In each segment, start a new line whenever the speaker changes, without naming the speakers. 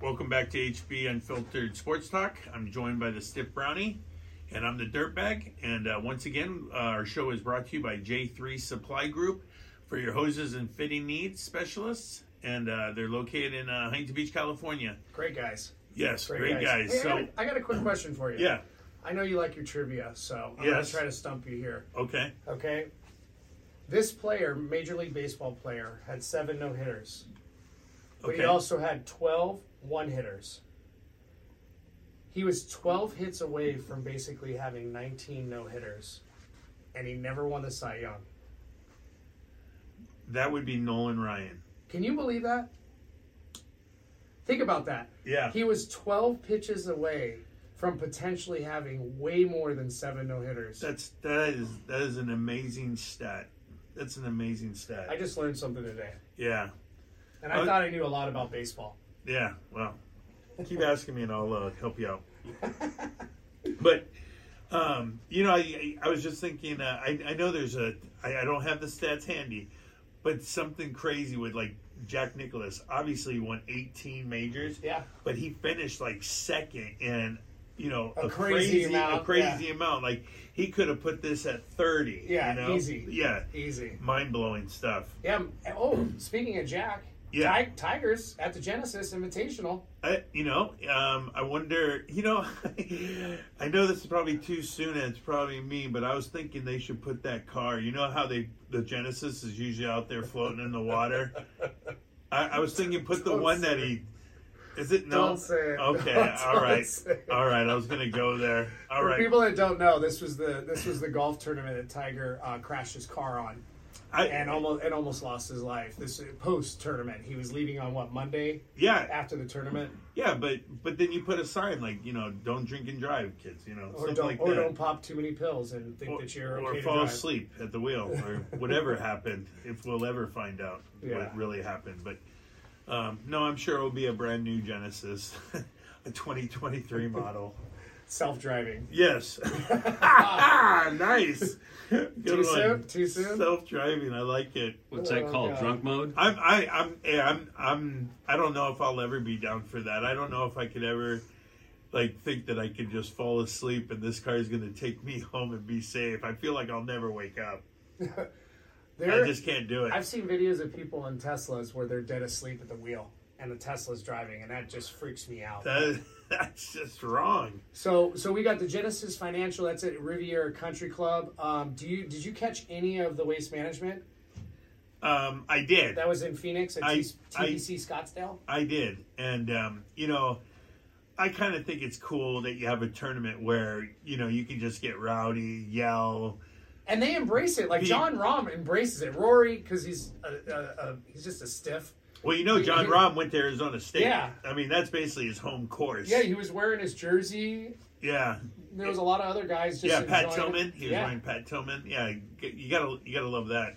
Welcome back to HB Unfiltered Sports Talk. I'm joined by the Stiff Brownie, and I'm the Dirtbag. And uh, once again, uh, our show is brought to you by J3 Supply Group for your hoses and fitting needs specialists. And uh, they're located in uh, Huntington Beach, California.
Great guys.
Yes, great, guys.
Hey, I,
So,
got a, I got a quick question for you.
yeah,
I know you like your trivia, so I'm going
Yes.
to try to stump you here.
okay.
Okay. This player, Major League Baseball player, had seven no hitters, but
Okay.
he also had 12 one hitters. He was 12 hits away from basically having 19 no hitters, and he never won the Cy Young.
that would be Nolan Ryan.
Can you believe that? Think about that.
Yeah.
He was 12 pitches away from potentially having way more than seven no hitters.
That's that is that is an amazing stat. That's an amazing stat.
I just learned something today,
yeah,
and I
Oh.
thought I knew a lot about baseball.
yeah. Well, keep asking me, and I'll uh, help you out. but um, you know, I, I was just thinking. Uh, I I know there's a. I, I don't have the stats handy, but something crazy with like Jack Nicholas. Obviously, he won 18 majors.
Yeah.
but he finished like second in you know
A
a,
crazy
crazy,
amount,
a crazy amount. Like he could have put this at 30.
Yeah,
you know?
easy.
Yeah,
Easy.
mind blowing stuff.
Yeah. m- Oh, speaking of Jack,
Yeah.
Ti- Tigers at the Genesis Invitational.
I, you know, um, I wonder. You know, I know this is probably too soon, and it's probably mean, but I was thinking they should put that car. You know how they the Genesis is usually out there floating in the water. I, I was thinking put the
Don't
one
say
that he. Is it no?
Don't say it.
Okay,
Don't
all right,
say it.
all right. I was gonna go there. All
For
right.
people that don't know, this was the this was the golf tournament that Tiger uh, crashed his car on
I,
and almost and almost lost his life. This post tournament, he was leaving on what Monday
Yeah,
after the tournament,
yeah, but but then you put a sign like you know, don't drink and drive, kids. You know,
or
something
don't
like
or
that.
don't pop too many pills and think that you're
or
okay
fall
to drive.
asleep at the wheel, or whatever happened. If we'll ever find out
Yeah.
what really happened, but um, no, I'm sure it'll be a brand new Genesis, a 2023 model.
Self driving.
Yes, nice. Good
Too soon? Too soon?
Self-driving, I like it.
What's that
Oh,
called?
God.
Drunk mode?
I'm I, I'm yeah, I'm I'm I don't know if I'll ever be down for that. I don't know if I could ever like think that I could just fall asleep and this car is going to take me home and be safe. I feel like I'll never wake up.
There,
I just can't do it.
I've seen videos of people in Teslas where they're dead asleep at the wheel and the Tesla's driving, and that just freaks me out.
That, that's just wrong.
so, so we got the Genesis Financial. That's at Riviera Country Club. Um, do you did you catch any of the waste management
Um, I did.
that was in Phoenix at
I-
T-
I-
TBC Scottsdale?
I did, and um, you know, I kind of think it's cool that you have a tournament where you know you can just get rowdy, yell.
And they embrace it. Like
The-
John Rahm embraces it. Rory, because he's a, a, a, he's just a stiff.
Well, you know, John
He-
Rahm went to Arizona State.
Yeah.
I mean that's basically his home course.
Yeah, he was wearing his jersey.
yeah.
There was a lot of other guys. Just
yeah, Pat
enjoying it.
Tillman. He was
yeah.
wearing Pat Tillman. Yeah, you gotta you gotta love that.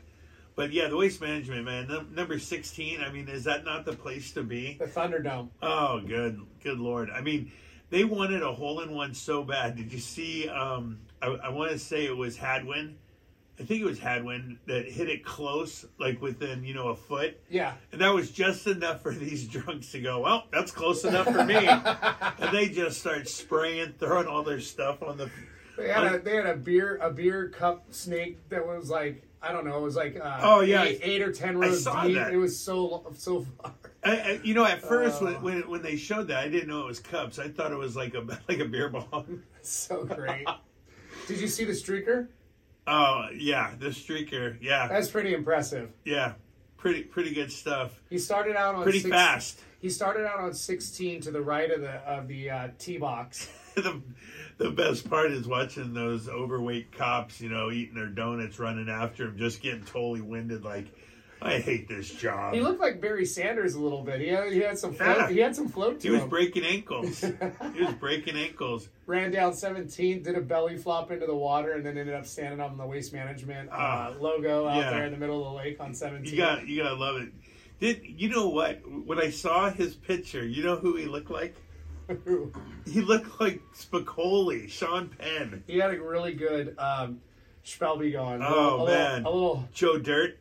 But yeah, the waste management man, num- number sixteen. I mean, is that not the place to be?
the Thunderdome.
Oh, good, good lord. I mean, they wanted a hole in one so bad. Did you see? Um, I, I want to say it was Hadwin. I think it was Hadwin that hit it close, like within you know a foot,
Yeah.
and that was just enough for these drunks to go. Well, that's close enough for me, and they just start spraying, throwing all their stuff on the
They had a they had a beer a beer cup snake that was like I don't know it was like uh,
Oh, yeah,
eight,
I-
eight or ten rows
saw
deep.
that.
It was so lo- so far.
I, I, you know, at first
Oh.
when, when when they showed that, I didn't know it was cups. I thought it was like a like a beer bong.
so great. Did you see the streaker?
Oh yeah, the streaker. Yeah,
That's pretty impressive.
yeah, pretty pretty good stuff.
He started out on
Pretty
six-
fast.
He started out on sixteen to the right of the of the uh, tee box.
the the best part is watching those overweight cops, you know, eating their donuts, running after him, just getting totally winded. Like, I hate this job.
He looked like Barry Sanders a little bit. He had, he had some float,
Yeah.
he had some float to
He was
him.
breaking ankles. he was breaking ankles.
Ran down seventeen, did a belly flop into the water, and then ended up standing on the waste management uh,
Ah,
logo out
yeah.
there in the middle of the lake on seventeen.
You got you gotta love it. Did you know what? When I saw his picture, you know who he looked like? He looked like Spicoli, Sean Penn,
He had a really good um, Spelby going. A
Oh,
little- a
man.
Little, a little
Joe Dirt.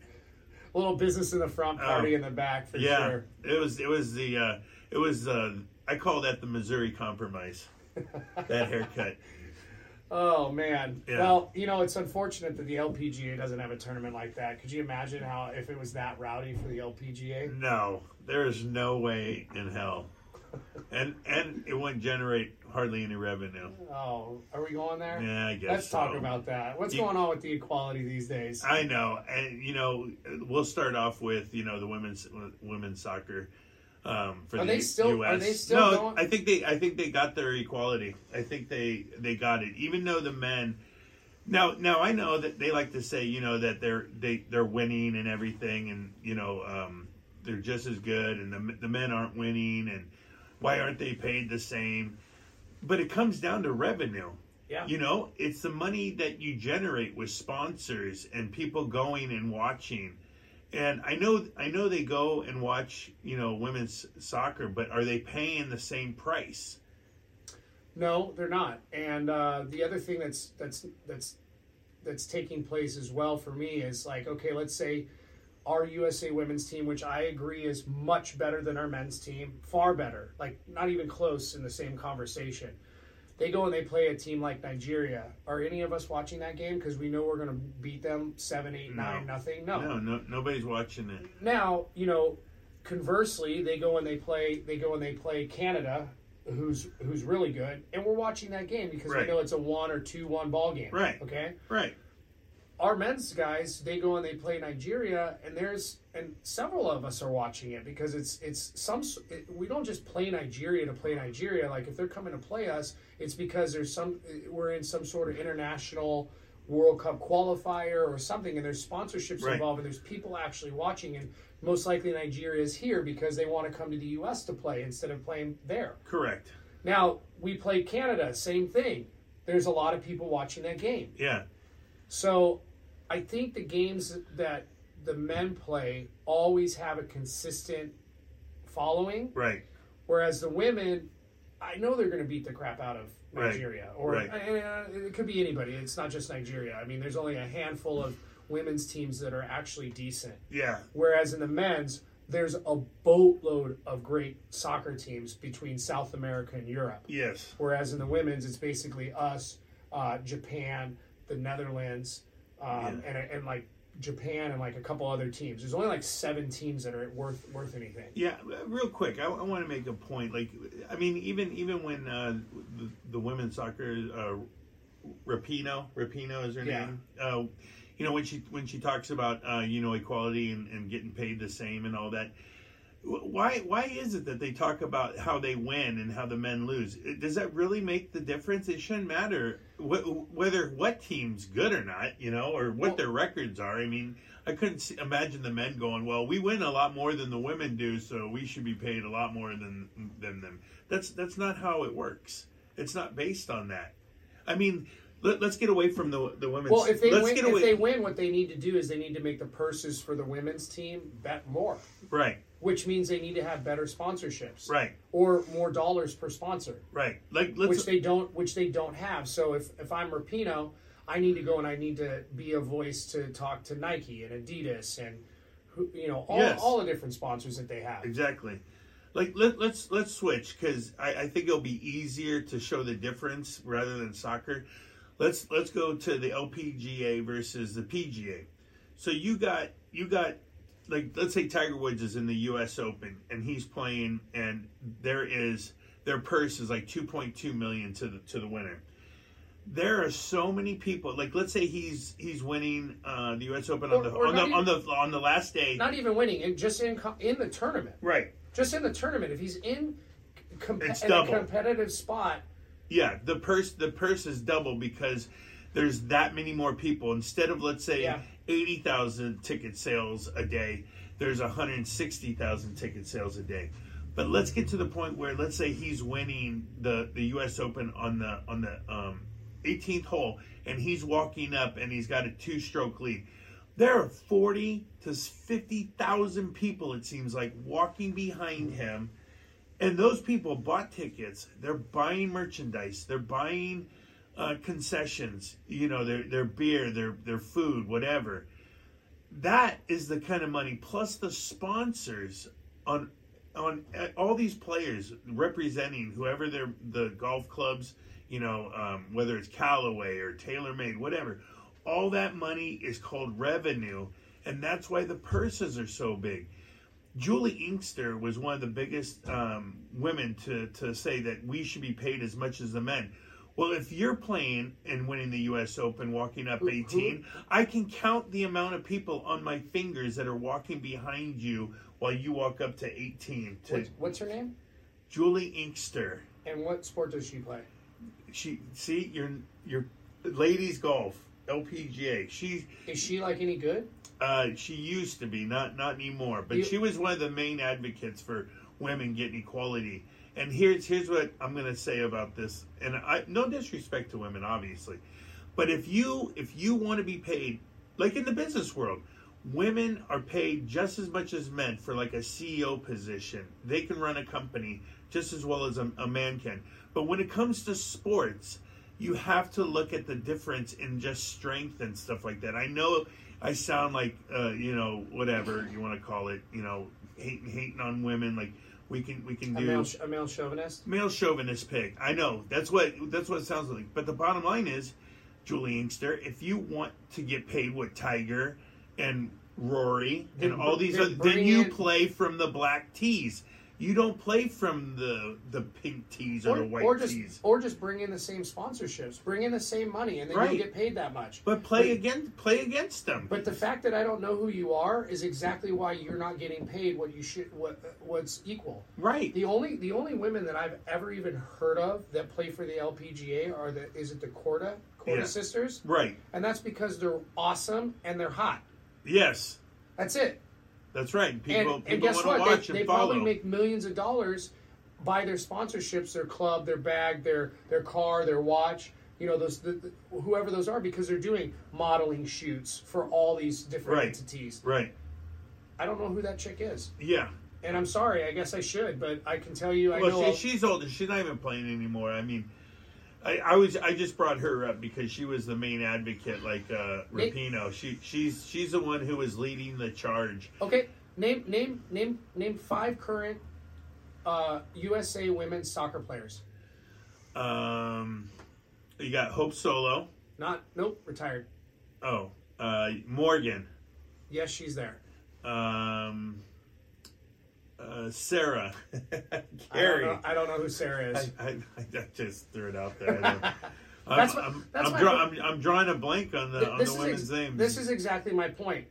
little business in the front, party in the back for
Oh. Yeah,
sure.
it was it was the uh, It was. Uh, I call that the Missouri Compromise. that haircut.
Oh man.
Yeah.
Well, you know, it's unfortunate that the LPGA doesn't have a tournament like that. Could you imagine how if it was that rowdy for the LPGA?
No, there is no way in hell. And and it wouldn't generate hardly any revenue.
Oh, are we going there?
Yeah, I guess.
Let's talk
so.
about that. What's
You-
going on with the equality these days?
I know, and you know, we'll start off with you know the women's women's soccer. Um, for
Are
the
they
U-
still-
US.
are they still
No,
going-
I think they. I think they got their equality. I think they they got it. Even though the men. Now, now I know that they like to say, you know, that they're they they're winning and everything, and you know, um, they're just as good, and the the men aren't winning, and why aren't they paid the same? But it comes down to revenue.
yeah.
You know, it's the money that you generate with sponsors and people going and watching. And I know I know they go and watch, you know, women's soccer, but are they paying the same price?
No, they're not. And uh, the other thing that's that's that's that's taking place as well for me is like, okay, let's say our USA women's team, which I agree is much better than our men's team, far better, like not even close in the same conversation. They go and they play a team like Nigeria. Are any of us watching that game because we know we're going to beat them seven, eight,
No.
nine, nothing?
No, no nobody's watching it.
now you know conversely they go and they play they go and they play canada who's who's really good and we're watching that game because
Right.
we know it's a one or two one ball game
Right.
okay
Right.
our men's guys they go and they play nigeria and there's and several of us are watching it because it's it's some s- it, we don't just play nigeria to play nigeria like if they're coming to play us it's because there's some we're in some sort of international world cup qualifier or something and there's sponsorships
Right.
involved and there's people actually watching and most likely nigeria is here because they want to come to the us to play instead of playing there
Correct.
now we play canada same thing there's a lot of people watching that game
Yeah.
so I think the games that the men play always have a consistent following,
Right.
whereas the women, I know they're going to beat the crap out of
Right.
Nigeria. Or
Right.
uh, it could be anybody. It's not just Nigeria. I mean, there's only a handful of women's teams that are actually decent.
Yeah.
Whereas in the men's, there's a boatload of great soccer teams between South America and Europe.
Yes.
Whereas in the women's, it's basically us, uh, Japan, the Netherlands, um, and, and like Japan and like a couple other teams. There's only like seven teams that are worth worth anything.
Yeah, uh, real quick, I, I want to make a point. Like, I mean, even even when uh, the, the women's soccer, uh, Rapino, Rapino is her
Yeah.
name. Uh, you know, when she when she talks about uh, you know equality and, and getting paid the same and all that. wh- Why why is it that they talk about how they win and how the men lose? It- Does that really make the difference? It shouldn't matter wh- whether what team's good or not, you know, or what
Well-
their records are. I mean, I couldn't see, imagine the men going, "Well, we win a lot more than the women do, so we should be paid a lot more than than them." That's that's not how it works. It's not based on that. I mean, let, let's get away from the the women's.
Well, if they
let's
win,
get
if
away.
they win, what they need to do is they need to make the purses for the women's team bet more,
right,
which means they need to have better sponsorships,
right,
or more dollars per sponsor,
right. Like let's
which they don't which they don't have. So if if I'm Rapino, I need to go and I need to be a voice to talk to Nike and Adidas and who- you know all,
Yes.
all the different sponsors that they have.
Exactly. Like let, let's let's switch because I, I think it'll be easier to show the difference rather than soccer. Let's let's go to the LPGA versus the PGA. So you got you got like let's say Tiger Woods is in the U.S. Open and he's playing and there is their purse is like two point two million to the to the winner. There are so many people. Like let's say he's he's winning uh, the U.S. Open on
Or-
the
or
on the,
not
on the on the last day.
Not even winning, and just in co- in the tournament,
right.
just in the tournament. If he's in, com-
It's
in a
double.
competitive spot,
Yeah, the purse the purse is double because there's that many more people instead of let's say
Yeah.
80,000 ticket sales a day, there's 160,000 ticket sales a day. But let's get to the point where let's say he's winning the the US Open on the on the um 18th hole and he's walking up and he's got a two-stroke lead. There are 40 to 50,000 people it seems like walking behind him and those people bought tickets. They're buying merchandise. They're buying uh, concessions. You know, their their beer, their their food, whatever. That is the kind of money plus the sponsors on on uh, all these players representing whoever their the golf clubs, you know, um, whether it's Callaway or TaylorMade, whatever, all that money is called revenue, and that's why the purses are so big. Julie Inkster was one of the biggest um, women to, to say that we should be paid as much as the men. Well, if you're playing and winning the U.S. Open, walking up 18, I can count the amount of people on my fingers that are walking behind you while you walk up to 18. To
What's, what's her name?
Julie Inkster,
And what sport does she play?
she see your your ladies golf LPGA. She
Is she like any good?
uh, she used to be, not not anymore. But
You-
she was one of the main advocates for women getting equality. And here's here's what I'm gonna say about this. And I no disrespect to women, obviously, but if you if you want to be paid, like in the business world, women are paid just as much as men for like a CEO position. They can run a company just as well as a, a man can. But when it comes to sports, you have to look at the difference in just strength and stuff like that. I know I sound like uh, you know whatever you want to call it, you know, hating hating on women. Like we can we can
A
do
male, a male chauvinist?
male chauvinist pig. I know that's what that's what it sounds like. But the bottom line is, Julie Inkster, if you want to get paid with Tiger and Rory and
Then
all
br-
these,
then
other, then
bring
you
it-
play from the black tees. You don't play from the the pink tees or, the white
or just
tees.
or just bring in the same sponsorships, bring in the same money, and then
Right.
you'll get paid that much.
But play against play against them.
But the fact that I don't know who you are is exactly why you're not getting paid what you should what what's equal.
right.
The only the only women that I've ever even heard of that play for the LPGA are the is it the Corda Corda
Yeah.
sisters,
Right.
and that's because they're awesome and they're hot.
Yes.
That's it.
That's right.
And,
People
and
people
guess
want
what?
to watch
they
and
they
follow.
probably make millions of dollars by their sponsorships, their club, their bag, their their car, their watch. You know those the, the- whoever those are because they're doing modeling shoots for all these different
Right.
entities.
right.
I don't know who that chick is,
Yeah.
and I'm sorry. I guess I should, but I can tell you, I know.
Well,
I'll-
she, she's older. She's not even playing anymore. I mean, I, I was I just brought her up because she was the main advocate, like uh,
Nick-
Rapino. She she's she's the one who was leading the charge.
Okay, name name name name five current uh, USA women's soccer players.
Um, you got Hope Solo.
Not nope, retired.
Oh, uh, Morgan.
Yes, she's there.
Um, uh, Sarah.
I
Carrie.
don't, know, I don't know who Sarah
I,
is.
I, I just threw it out there. I don't- I'm,
That's what-
I'm,
that's
I'm,
what
draw,
I-
I'm, I'm drawing a blank on the
Th-
on
this
the
is ex-
uh, women's names.
This is exactly my point.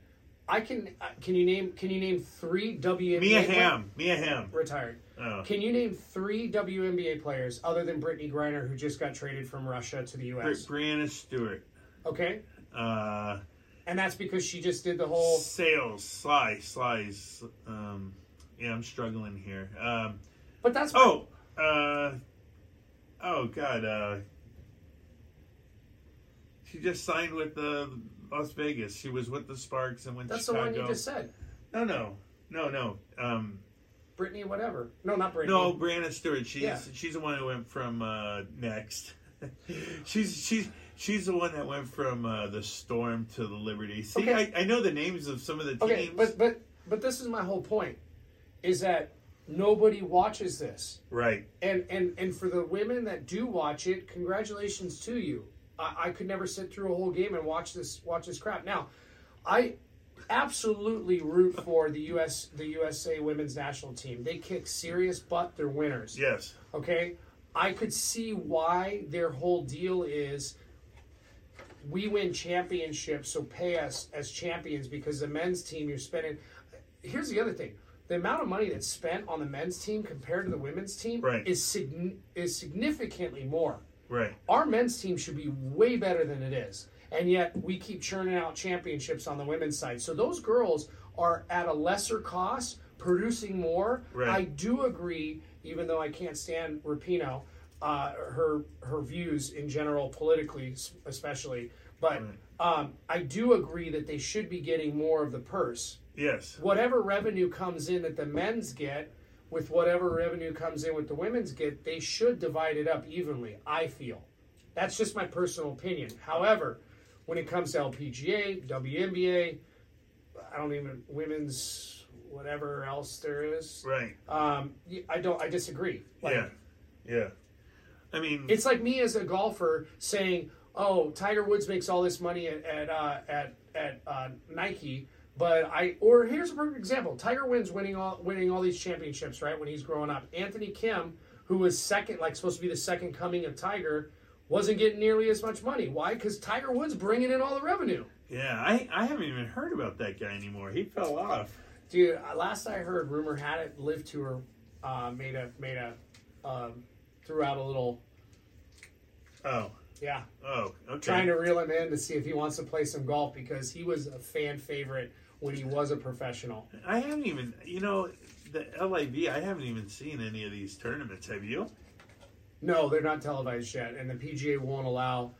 I can uh, can you name can you name three WNBA
Mia
play-
Ham. Mia Ham.
retired.
Oh.
Can you name three WNBA players other than Brittany Griner who just got traded from Russia to the
Bri-
US?
Brianna Stewart.
Okay,
Uh,
and that's because she just did the whole
sales. Sly. Slice. Um, yeah, I'm struggling here. Um,
But that's
oh. Uh, oh God. Uh, she just signed with the Las Vegas. She was with the Sparks and went
that's
to
the
Chicago.
one you just said.
No, no, no, no. Um,
Brittany whatever. No, not Brittany.
no, Brianna Stewart. She's
Yeah.
she's the one who went from uh, next. she's she's she's the one that went from uh, the Storm to the Liberty. See,
Okay.
I, I know the names of some of the teams.
Okay, but but but this is my whole point, is that nobody watches this,
right.
and and and for the women that do watch it, congratulations to you. I, I could never sit through a whole game and watch this watch this crap. Now, I absolutely root for the U.S. the USA women's national team. They kick serious butt. They're winners.
Yes.
Okay, I could see why their whole deal is we win championships, so pay us as champions because the men's team you're spending. Here's the other thing: the amount of money that's spent on the men's team compared to the women's team
Right.
is sign is significantly more.
Right.
Our men's team should be way better than it is, and yet we keep churning out championships on the women's side. So those girls are at a lesser cost, producing more.
Right.
I do agree, even though I can't stand Rapino, uh, her her views in general, politically s- especially. But um, I do agree that they should be getting more of the purse.
Yes.
Whatever revenue comes in that the men's get, with whatever revenue comes in with the women's get, they should divide it up evenly. I feel that's just my personal opinion. However, when it comes to LPGA, WNBA, I don't even women's whatever else there is.
Right.
Um, y- I don't. I disagree. Like,
yeah. Yeah. I mean,
It's like me as a golfer saying, "Oh, Tiger Woods makes all this money at at uh, at, at uh, Nike." But I or here's a perfect example: Tiger Woods winning all winning all these championships, right? When he's growing up, Anthony Kim, who was second, like supposed to be the second coming of Tiger, wasn't getting nearly as much money. Why? Because Tiger Woods bringing in all the revenue.
yeah. I, I haven't even heard about that guy anymore. He fell off.
Dude, uh, last I heard, rumor had it Live Tour uh, made a made a um, threw out a little
Oh.
yeah
Oh. Okay.
trying to reel him in to see if he wants to play some golf because he was a fan favorite when he was a professional.
I haven't even, you know, the LIV. I haven't even seen any of these tournaments. Have you?
No, they're not televised yet, and the PGA won't allow.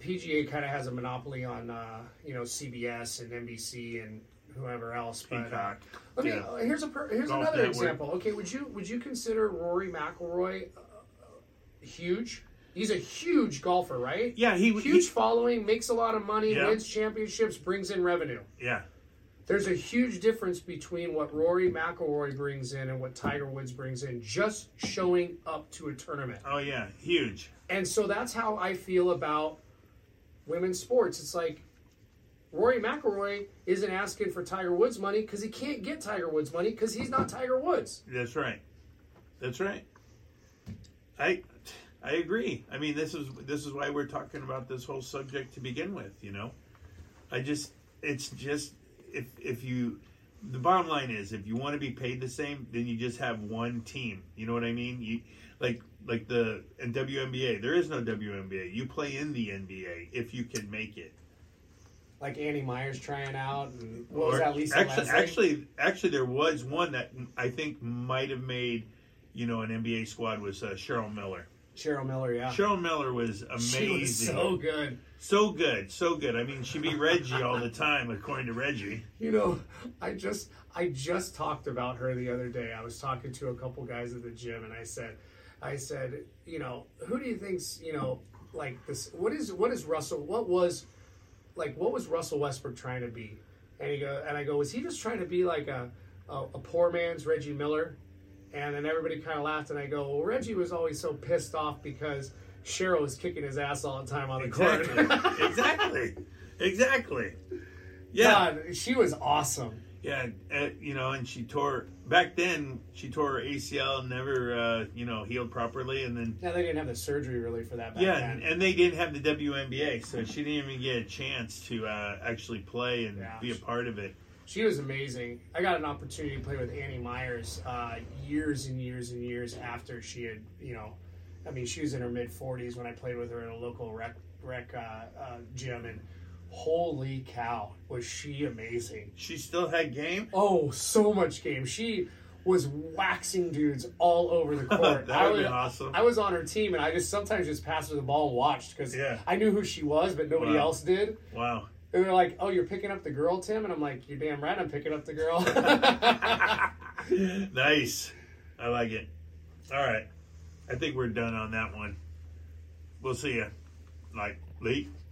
PGA kind of has a monopoly on uh, you know CBS and NBC and whoever else. But uh,
Peacock.
let me
Yeah.
here's a per, here's
Golf
another
Network.
example. Okay, would you would you consider Rory McIlroy uh, huge? He's a huge golfer, right?
Yeah, he-
huge
he-
following, makes a lot of money,
Yeah.
wins championships, brings in revenue.
Yeah.
There's a huge difference between what Rory McIlroy brings in and what Tiger Woods brings in, just showing up to a tournament.
Oh yeah. Huge.
And so that's how I feel about women's sports. It's like Rory McIlroy isn't asking for Tiger Woods money because he can't get Tiger Woods money because he's not Tiger Woods.
That's right. That's right. I I agree. I mean, this is this is why we're talking about this whole subject to begin with, you know. I just it's just if if you the bottom line is if you want to be paid the same, then you just have one team. You know what I mean? You like like the and WNBA, there is no WNBA. You play in the NBA if you can make it.
Like Annie Myers trying out, and what was
Or-
that? Lisa
actually,
Leslie?
actually, actually, there was one that I think might have made, you know, an NBA squad was uh, Cheryl Miller.
Cheryl Miller, yeah,
Cheryl Miller was amazing,
Uh-huh. she was so good.
So good, so good. I mean, she beat Reggie all the time, according to Reggie.
You know, I just I just talked about her the other day. I was talking to a couple guys at the gym, and I said, I said, you know, who do you think's you know like this? What is what is Russell? What was like what was Russell Westbrook trying to be? And he go and I go, was he just trying to be like a a, a poor man's Reggie Miller? And then everybody kind of laughed, and I go, well, Reggie was always so pissed off because Cheryl was kicking his ass all the time on the
Exactly,
court.
exactly, exactly. Yeah,
God, she was awesome.
yeah. Uh, you know, and she tore back then. She tore her ACL, never, uh, you know, healed properly, and then
Now they didn't have the surgery really for that back
Yeah,
then.
and, and they didn't have the WNBA, so she didn't even get a chance to uh, actually play and
Yeah.
be a part of it.
She was amazing. I got an opportunity to play with Annie Myers uh, years and years and years after she had, you know, I mean, she was in her mid 40s when I played with her in a local rec, rec uh, uh, gym, and holy cow, was she amazing!
She still had game.
Oh, so much game. She was waxing dudes all over the court.
That
I
would've
was,
been awesome.
I was on her team, and I just sometimes just passed her the ball and watched because
Yeah.
I knew who she was, but nobody
Wow.
else did.
Wow.
And they're like, "Oh, you're picking up the girl, Tim," and I'm like, "You're damn right, I'm picking up the girl."
Nice. I like it. All right. I think we're done on that one. We'll see you. Like, late.